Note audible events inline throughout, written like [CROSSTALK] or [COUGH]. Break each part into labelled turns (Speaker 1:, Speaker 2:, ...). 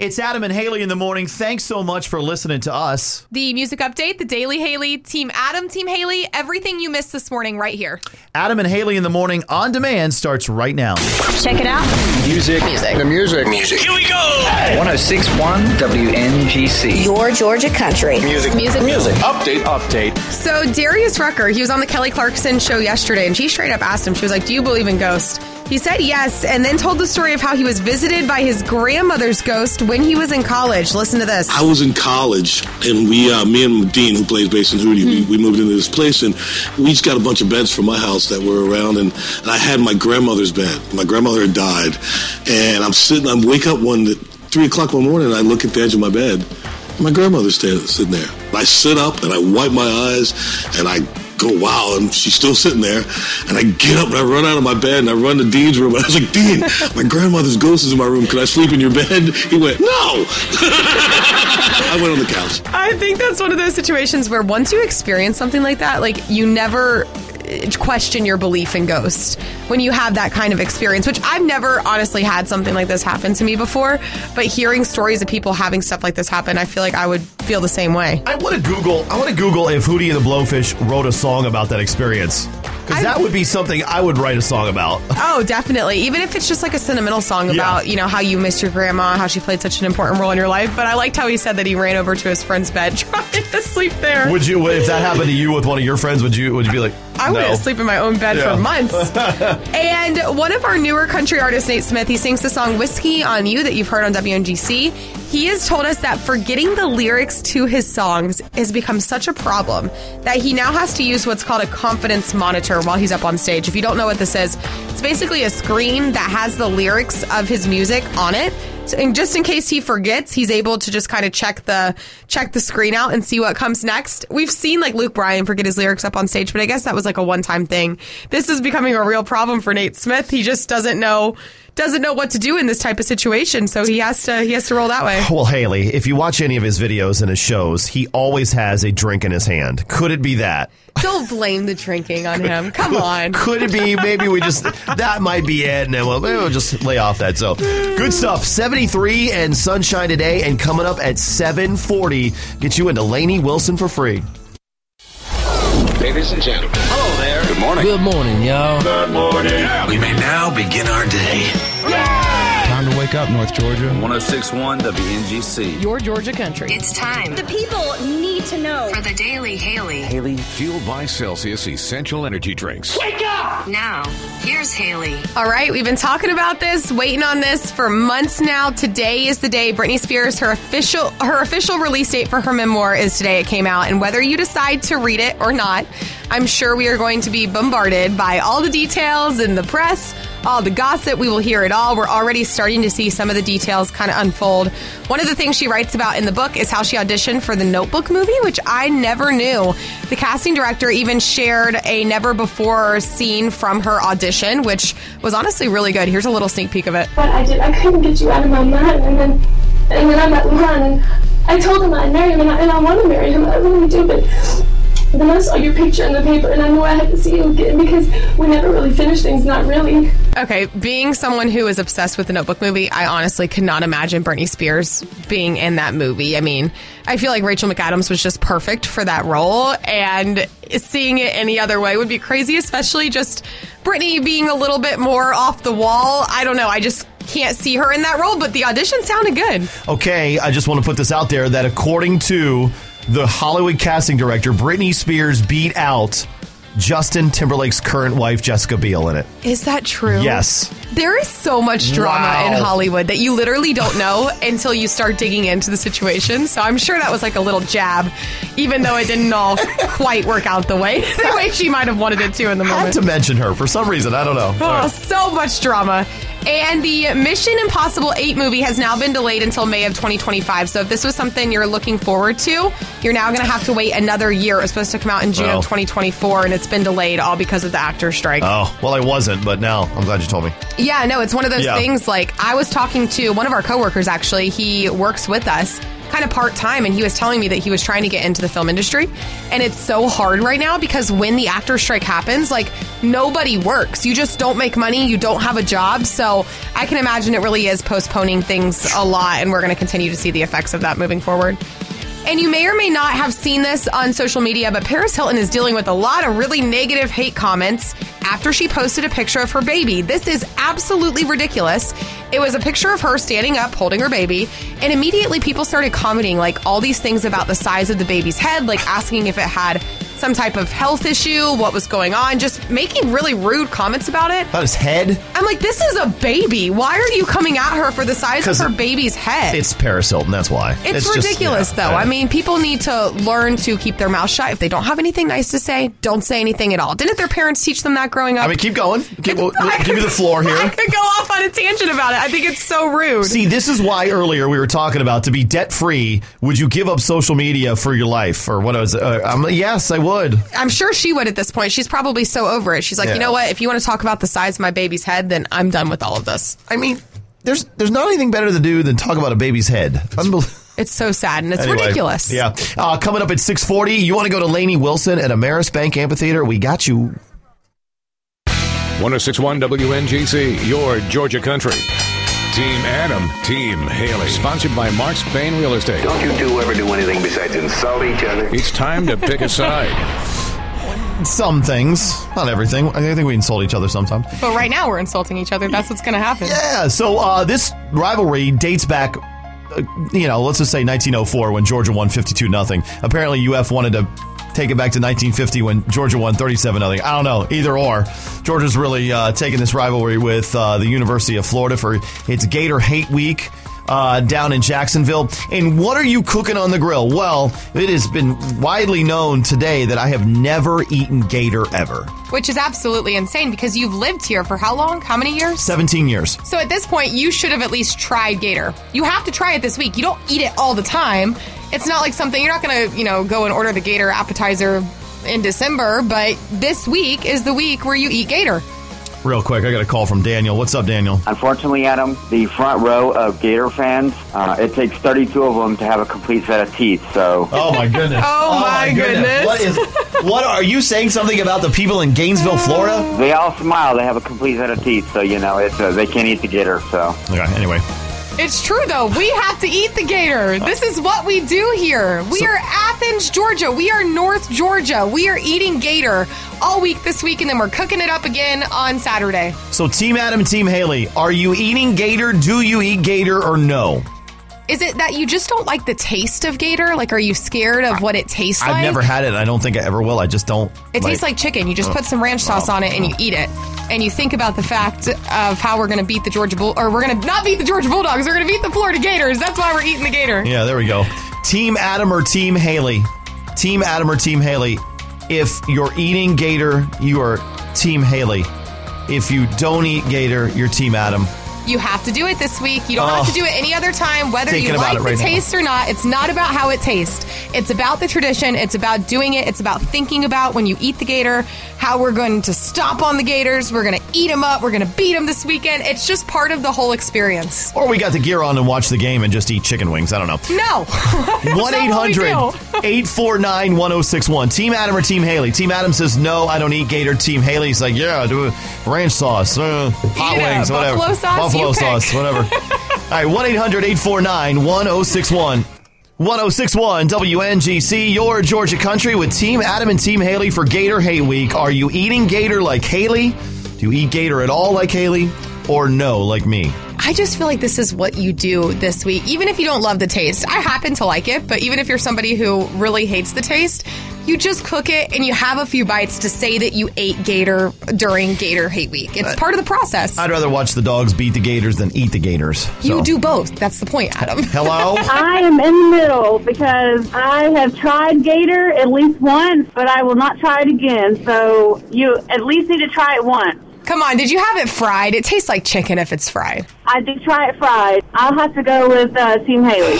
Speaker 1: It's Adam and Haley in the morning. Thanks so much for listening to us.
Speaker 2: The music update, the Daily Haley, Team Adam, Team Haley, everything you missed this morning right here.
Speaker 1: Adam and Haley in the morning on demand starts right now.
Speaker 3: Check it out.
Speaker 4: Music. Music. The music. Music. Here we go. 1061 WNGC.
Speaker 5: Your Georgia country.
Speaker 4: Music. Music. Music. Update. Update.
Speaker 2: So, Darius Rucker, he was on the Kelly Clarkson show yesterday, and she straight up asked him, she was like, Do you believe in ghosts? He said yes, and then told the story of how he was visited by his grandmother's ghost when he was in college. Listen to this.
Speaker 6: I was in college, and we, uh, me and Dean, who plays bass and Hootie, we, we moved into this place, and we just got a bunch of beds from my house that were around, and, and I had my grandmother's bed. My grandmother had died, and I'm sitting. I wake up one three o'clock one morning, and I look at the edge of my bed. and My grandmother's sta- sitting there. I sit up and I wipe my eyes, and I go, "Wow!" And she's still sitting there. And I get up and I run out of my bed and I run to Dean's room. And I was like, "Dean, my grandmother's ghost is in my room. Can I sleep in your bed?" He went, "No." I went on the couch.
Speaker 2: I think that's one of those situations where once you experience something like that, like you never uh, question your belief in ghosts when you have that kind of experience, which I've never honestly had something like this happen to me before. But hearing stories of people having stuff like this happen, I feel like I would feel the same way.
Speaker 1: I want to Google. I want to Google if Hootie and the Blowfish wrote a song about that experience because
Speaker 2: I-
Speaker 1: that would be something I would write a song about.
Speaker 2: Oh, definitely. Even if it's just like a sentimental song about, you know, how you miss your grandma, how she played such an important role in your life. But I liked how he said that he ran over to his friend's bed [LAUGHS] trying to sleep there.
Speaker 1: Would you, if that happened to you with one of your friends, would you, would you be like,
Speaker 2: I
Speaker 1: no.
Speaker 2: wouldn't sleep in my own bed
Speaker 1: Yeah. [LAUGHS]
Speaker 2: for months. and one of our newer country artists, Nate Smith, he sings the song Whiskey on You that you've heard on WNGC. He has told us that forgetting the lyrics to his songs has become such a problem that he now has to use what's called a confidence monitor while he's up on stage. If you don't know what this is, it's basically a screen that has the lyrics of his music on it. So, and just in case he forgets, he's able to just kind of check the check the screen out and see what comes next. We've seen like Luke Bryan forget his lyrics up on stage, but I guess that was like a one time thing. This is becoming a real problem for Nate Smith. He just doesn't know doesn't know what to do in this type of situation, so he has to he has to roll that way.
Speaker 1: Well, Haley, if you watch any of his videos and his shows, he always has a drink in his hand. Could it be that?
Speaker 2: Don't blame the drinking on him. Come on.
Speaker 1: Could it be? Maybe we just that might be it, and then we'll, maybe we'll just lay off that. So good stuff. Seventy three and sunshine today, and coming up at seven forty, get you into Laney Wilson for free.
Speaker 4: Ladies and gentlemen. Hello there. Good morning.
Speaker 7: Good morning, y'all.
Speaker 4: We may now begin our day.
Speaker 8: Time to wake up, North Georgia.
Speaker 9: 1061 WNGC.
Speaker 7: Your Georgia country.
Speaker 5: It's time
Speaker 3: The people need to know.
Speaker 5: for the Daily Haley.
Speaker 9: Fueled by Celsius Essential Energy Drinks.
Speaker 5: Now, here's Haley.
Speaker 2: All right, we've been talking about this, waiting on this for months now. Today is the day. Britney Spears, her official her official release date for her memoir is today. It came out, and whether you decide to read it or not, I'm sure we are going to be bombarded by all the details in the press, all the gossip. We will hear it all. We're already starting to see some of the details kind of unfold. One of the things she writes about in the book is how she auditioned for the Notebook movie, which I never knew. The casting director even shared a never before scene from her audition, which was honestly really good. Here's a little sneak peek of it.
Speaker 10: what I did. I couldn't get you out of my mind. And then, and then I met Lon, and I told him I'd marry him, and I, and I want to marry him. I really do, but then I saw your picture in the paper, and I knew I had to see you again because we never really finished things, not really.
Speaker 2: Okay, being someone who is obsessed with the Notebook movie, I honestly could not imagine Britney Spears being in that movie. I mean, I feel like Rachel McAdams was just perfect for that role, and seeing it any other way would be crazy, especially just Britney being a little bit more off the wall. I don't know. I just can't see her in that role, but the audition sounded good.
Speaker 1: Okay, I just want to put this out there that according to the Hollywood casting director, Britney Spears beat out Justin Timberlake's current wife, Jessica Biel, in it.
Speaker 2: Is that true?
Speaker 1: Yes.
Speaker 2: There is so much drama
Speaker 1: Wow.
Speaker 2: in Hollywood that you literally don't know [LAUGHS] until you start digging into the situation. So I'm sure that was like a little jab, even though it didn't
Speaker 1: [LAUGHS]
Speaker 2: all quite work out the way [LAUGHS] the way she might have wanted it to in the
Speaker 1: Had
Speaker 2: moment.
Speaker 1: to mention her for some reason. I don't know. All
Speaker 2: Oh,
Speaker 1: right.
Speaker 2: so much drama. And the Mission Impossible 8 movie has now been delayed until May of 2025. So if this was something you're looking forward to, you're now going to have to wait another year. It was supposed to come out in June
Speaker 1: Wow.
Speaker 2: of 2024, and it's been delayed all because of the actor strike.
Speaker 1: Oh, well, I wasn't, but now I'm glad you told me.
Speaker 2: Yeah, no, it's one of those
Speaker 1: Yeah.
Speaker 2: things. Like I was talking to one of our coworkers. Actually, he works with us, kind of part time, and he was telling me that he was trying to get into the film industry, and it's so hard right now because when the actor strike happens, like nobody works. You just don't make money. You don't have a job. So I can imagine it really is postponing things a lot, and we're going to continue to see the effects of that moving forward. And you may or may not have seen this on social media, but Paris Hilton is dealing with a lot of really negative hate comments after she posted a picture of her baby. This is absolutely ridiculous. It was a picture of her standing up holding her baby, and immediately people started commenting like all these things about the size of the baby's head, like asking if it had some type of health issue, what was going on, just making really rude comments about it.
Speaker 1: About his head?
Speaker 2: I'm like, this is a baby. Why are you coming at her for the size of
Speaker 1: 'Cause
Speaker 2: her baby's head?
Speaker 1: It's Paris Hilton, that's why.
Speaker 2: It's,
Speaker 1: just-
Speaker 2: ridiculous,
Speaker 1: yeah,
Speaker 2: though.
Speaker 1: yeah.
Speaker 2: I mean, people need to learn to keep their mouth shut. If they don't have anything nice to say, don't say anything at all. Didn't their parents teach them that growing up?
Speaker 1: I mean, keep going. Keep, we'll- we'll give you the floor
Speaker 2: [LAUGHS] I
Speaker 1: here.
Speaker 2: could go off on a tangent about it. I think it's so rude.
Speaker 1: See, this is why earlier we were talking about to be debt free. Would you give up social media for your life or what? Was, uh, I'm, yes, I would.
Speaker 2: I'm sure she would at this point. She's probably so over it. She's like,
Speaker 1: Yeah.
Speaker 2: you know what? If you want to talk about the size of my baby's head, then I'm done with all of this.
Speaker 1: I mean, there's there's not anything better to do than talk about a baby's head. Unbelievable.
Speaker 2: It's so sad and it's
Speaker 1: Anyway,
Speaker 2: ridiculous.
Speaker 1: Yeah. Uh, coming up at 640, you want to go to Laney Wilson at Ameris Bank Amphitheater? We got you.
Speaker 9: 1061 WNGC, your Georgia country. Team Adam, Team Haley. Sponsored by Mark Spain Real Estate.
Speaker 7: Don't you two ever do anything besides insult each other?
Speaker 9: It's time to pick a side.
Speaker 1: Some things, not everything. I think we insult each other sometimes.
Speaker 2: But right now we're insulting each other. That's what's going to happen.
Speaker 1: Yeah, so uh, this rivalry dates back, uh, you know, let's just say 1904 when Georgia won 52 nothing. Apparently, UF wanted to take it back to 1950 when Georgia won 37 nothing. I don't know, either or. Georgia's really uh, taking this rivalry with uh, the University of Florida for its Gator Hate Week. Uh, down in Jacksonville. And what are you cooking on the grill? Well, it has been widely known today that I have never eaten gator ever.
Speaker 2: Which is absolutely insane because you've lived here for how long? How many years?
Speaker 1: 17 years.
Speaker 2: So at this point, you should have at least tried Gator. You have to try it this week. You don't eat it all the time. It's not like something you're not going to, you know, go and order the Gator appetizer in December, but this week is the week where you eat Gator.
Speaker 1: Real quick, I got a call from Daniel. What's up, Daniel?
Speaker 11: Unfortunately, Adam, the front row of Gator fans, uh, it takes 32 of them to have a complete set of teeth. So,
Speaker 1: Oh my
Speaker 2: [LAUGHS]
Speaker 1: goodness!
Speaker 11: Oh, my goodness.
Speaker 1: What is? What are you saying? Something about the people in Gainesville, Florida?
Speaker 11: they all smile. uh, They have a complete set of teeth. So you know, it's uh, they can't eat the Gator. So
Speaker 1: okay. Anyway,
Speaker 2: It's true though. We have to eat the Gator. This is what we do here. We are Athens, Georgia. We are North Georgia. We are eating Gator all week this week and then we're cooking it up again on Saturday.
Speaker 1: So, Team Adam, Team Haley, are you eating gator? Do you eat gator or no?
Speaker 2: Is it that you just don't like the taste of Gator? Like are you scared of what it tastes like?
Speaker 1: I've never had it. and I don't think I ever will. I just don't.
Speaker 2: It tastes like chicken. You
Speaker 1: uh,
Speaker 2: just put some ranch sauce on it and you eat it. And you think about the fact of how we're going to beat the Georgia Bull, or we're going to not beat the Georgia Bulldogs. We're going to beat the Florida Gators. That's why we're eating the Gator.
Speaker 1: Yeah, there we go. Team Adam or Team Haley? Team Adam or Team Haley? If you're eating gator, you are Team Haley. If you don't eat gator, you're Team Adam.
Speaker 2: You have to do it this week. You don't have
Speaker 1: Oh.
Speaker 2: to do it any other time, whether you
Speaker 1: Thinking about
Speaker 2: like
Speaker 1: it
Speaker 2: the
Speaker 1: right now.
Speaker 2: taste or not. It's not about how it tastes. It's about the tradition. It's about doing it. It's about thinking about when you eat the Gator, how we're going to stop on the Gators. We're going to eat them up. We're going to beat them this weekend. It's just part of the whole experience.
Speaker 1: Or we got the gear on and watch the game and just eat chicken wings. I don't know.
Speaker 2: No. [LAUGHS]
Speaker 1: 1 800 849 1061. Team Adam or Team Haley? Team Adam says, no, I don't eat gator. Team Haley's like, yeah, do it. ranch sauce, uh, hot
Speaker 2: it up.
Speaker 1: wings, whatever.
Speaker 2: Buffalo sauce,
Speaker 1: Buffalo
Speaker 2: you pick.
Speaker 1: sauce,
Speaker 2: [LAUGHS]
Speaker 1: whatever. All right, 1 800 849 1061. 1061 WNGC, your Georgia country with Team Adam and Team Haley for Gator Hate Week. Are you eating gator like Haley? Do you eat gator at all like Haley? Or no, like me?
Speaker 2: I just feel like this is what you do this week. Even if you don't love the taste, I happen to like it, but even if you're somebody who really hates the taste, you just cook it and you have a few bites to say that you ate Gator during Gator Hate Week.
Speaker 1: Uh,
Speaker 2: It's part of the process.
Speaker 1: I'd rather watch the dogs beat the gators than eat the gators.
Speaker 2: You do both. That's the point,
Speaker 1: [LAUGHS]
Speaker 2: Adam. [LAUGHS]
Speaker 1: Hello?
Speaker 12: I am in the middle because I have tried Gator at least once, but I will not try it again. So you at least need to try it once.
Speaker 2: Come on, did you have it fried? It tastes like chicken if it's fried.
Speaker 12: I did try it fried. I'll have to go with uh, Team Haley.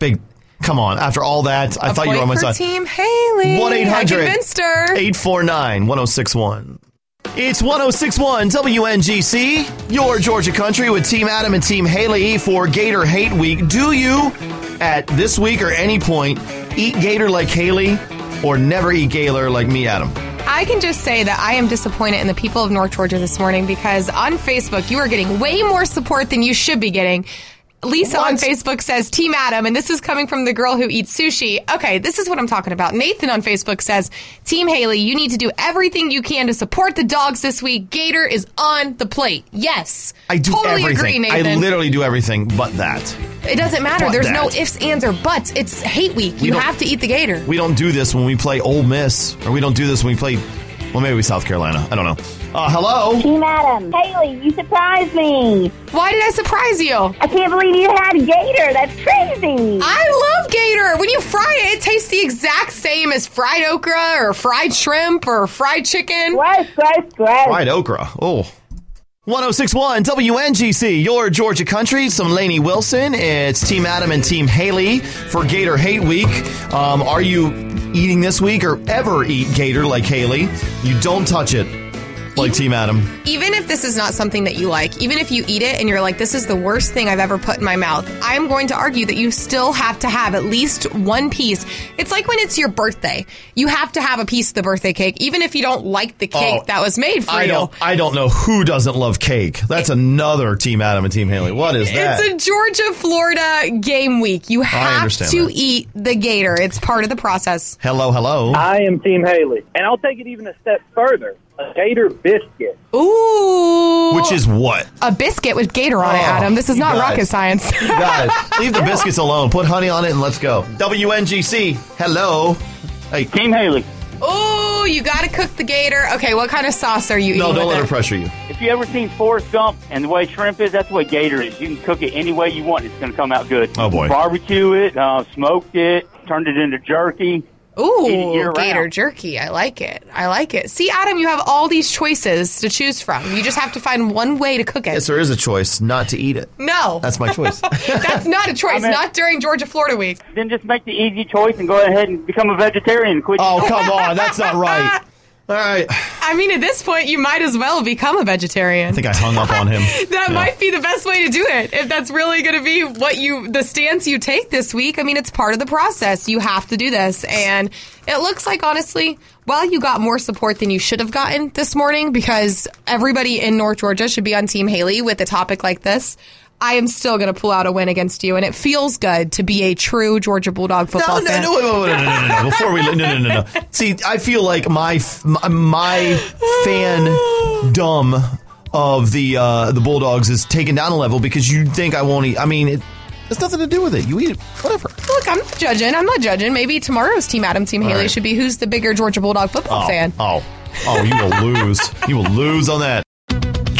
Speaker 1: Big, come on. After all that, I thought you were on my
Speaker 2: Point for
Speaker 1: side.
Speaker 2: Team Haley.
Speaker 1: 1 800
Speaker 2: I convinced her.
Speaker 1: 849 1061. It's 1061 WNGC, your Georgia country with Team Adam and Team Haley for Gator Hate Week. Do you, at this week or any point, eat Gator like Haley or never eat Gator like me, Adam?
Speaker 2: I can just say that I am disappointed in the people of North Georgia this morning because on Facebook you are getting way more support than you should be getting. Lisa on Facebook says Team Adam, and this is coming from the girl who eats sushi. Okay, this is what I'm talking about. Nathan on Facebook says Team Haley, you need to do everything you can to support the dogs this week. Gator is on the plate. Yes,
Speaker 1: I do
Speaker 2: totally agree,
Speaker 1: everything.
Speaker 2: Nathan.
Speaker 1: I literally do everything but that.
Speaker 2: it doesn't matter.
Speaker 1: But
Speaker 2: There's no
Speaker 1: that.
Speaker 2: ifs, ands, or buts. It's hate week.
Speaker 1: We
Speaker 2: you
Speaker 1: don't-
Speaker 2: have to eat the gator.
Speaker 1: We don't do this when we play Ole Miss, or we don't do this when we play, well, maybe we South Carolina. I don't know. Uh, hello?
Speaker 12: Team Adam. Haley, you surprised me.
Speaker 2: Why did I surprise you?
Speaker 12: I can't believe you had Gator. That's crazy.
Speaker 2: I love gator. When you fry it, it tastes the exact same as fried okra or fried shrimp or fried chicken.
Speaker 12: Gross, gross, gross.
Speaker 1: Fried okra. Oh. 1061 WNGC, your Georgia country. Some Laney Wilson. It's Team Adam and Team Haley for Gator Hate Week. Um, are you eating this week or ever eat Gator like Haley? You don't touch it like Team Adam.
Speaker 2: Even if this is not something that you like, even if you eat it and you're like, this is the worst thing I've ever put in my mouth, I'm going to argue that you still have to have at least one piece. It's like when it's your birthday. You have to have a piece of the birthday cake, even if you don't like the cake
Speaker 1: Oh,
Speaker 2: that was made for
Speaker 1: I
Speaker 2: you.
Speaker 1: don't, I don't know who doesn't love cake. That's another Team Adam and Team Haley. What is that?
Speaker 2: It's a Georgia Florida game week. You have
Speaker 1: understand
Speaker 2: to
Speaker 1: that.
Speaker 2: eat the gator. It's part of the process.
Speaker 1: hello, hello.
Speaker 13: I am Team Haley. And I'll take it even a step further a gator biscuit.
Speaker 2: Ooh.
Speaker 1: Which is what?
Speaker 2: a biscuit with gator on it,
Speaker 1: Oh,
Speaker 2: Adam. This is
Speaker 1: you
Speaker 2: not
Speaker 1: guys.
Speaker 2: rocket science. [LAUGHS]
Speaker 1: You guys, leave the biscuits alone. Put honey on it and let's go. WNGC, hello. Hey.
Speaker 11: Team Haley.
Speaker 2: Ooh, you gotta cook the gator. Okay, what kind of sauce are you
Speaker 1: No,
Speaker 2: eating?
Speaker 1: don't
Speaker 2: with
Speaker 1: let her
Speaker 2: it?
Speaker 1: pressure you.
Speaker 11: If you ever seen Forrest Gump and the way shrimp is, that's the way gator is. You can cook it any way you want; it's going to come out good.
Speaker 1: Oh, boy.
Speaker 11: Barbecue it, uh, smoked it, turned it into jerky.
Speaker 2: Ooh,
Speaker 11: Eat it
Speaker 2: gator
Speaker 11: year-round.
Speaker 2: jerky. I like it. I like it. See, Adam, you have all these choices to choose from. You just have to find one way to cook it.
Speaker 1: Yes, there is a choice not to eat it.
Speaker 2: No.
Speaker 1: That's my choice.
Speaker 2: [LAUGHS]
Speaker 1: [LAUGHS]
Speaker 11: [LAUGHS]
Speaker 2: That's not a choice.
Speaker 11: I mean-
Speaker 2: not during Georgia Florida week.
Speaker 11: Then just make the easy choice and go ahead and become a vegetarian. Quit.
Speaker 1: oh, come on. That's not right. All right. I
Speaker 2: I mean, at this point, you might as well become a vegetarian.
Speaker 1: think I hung up [LAUGHS] on him.
Speaker 2: that
Speaker 1: Yeah.
Speaker 2: might be the best way to do it if that's really going to be what you the stance you take this week i mean it's part of the process you have to do this and it looks like honestly while you got more support than you should have gotten this morning because everybody in north georgia should be on team haley with a topic like this I am still going to pull out a win against you, and it feels good to be a true Georgia Bulldog
Speaker 1: No,
Speaker 2: football
Speaker 1: no,
Speaker 2: fan.
Speaker 1: no, wait, wait, wait, no, no, no, no, no. Before we, no, no, no, no. See, I feel like my f- my- my fan dumb of the uh, the Bulldogs is taken down a level because you think I won't eat. I mean, it has nothing to do with it. You eat it, whatever.
Speaker 2: Look, I'm not judging. I'm not judging. Maybe tomorrow's Team Adam, Team
Speaker 1: All
Speaker 2: Haley
Speaker 1: right.
Speaker 2: should be who's the bigger Georgia Bulldog football
Speaker 14: Oh.
Speaker 2: fan.
Speaker 1: Oh, oh, you will lose. You will lose on that.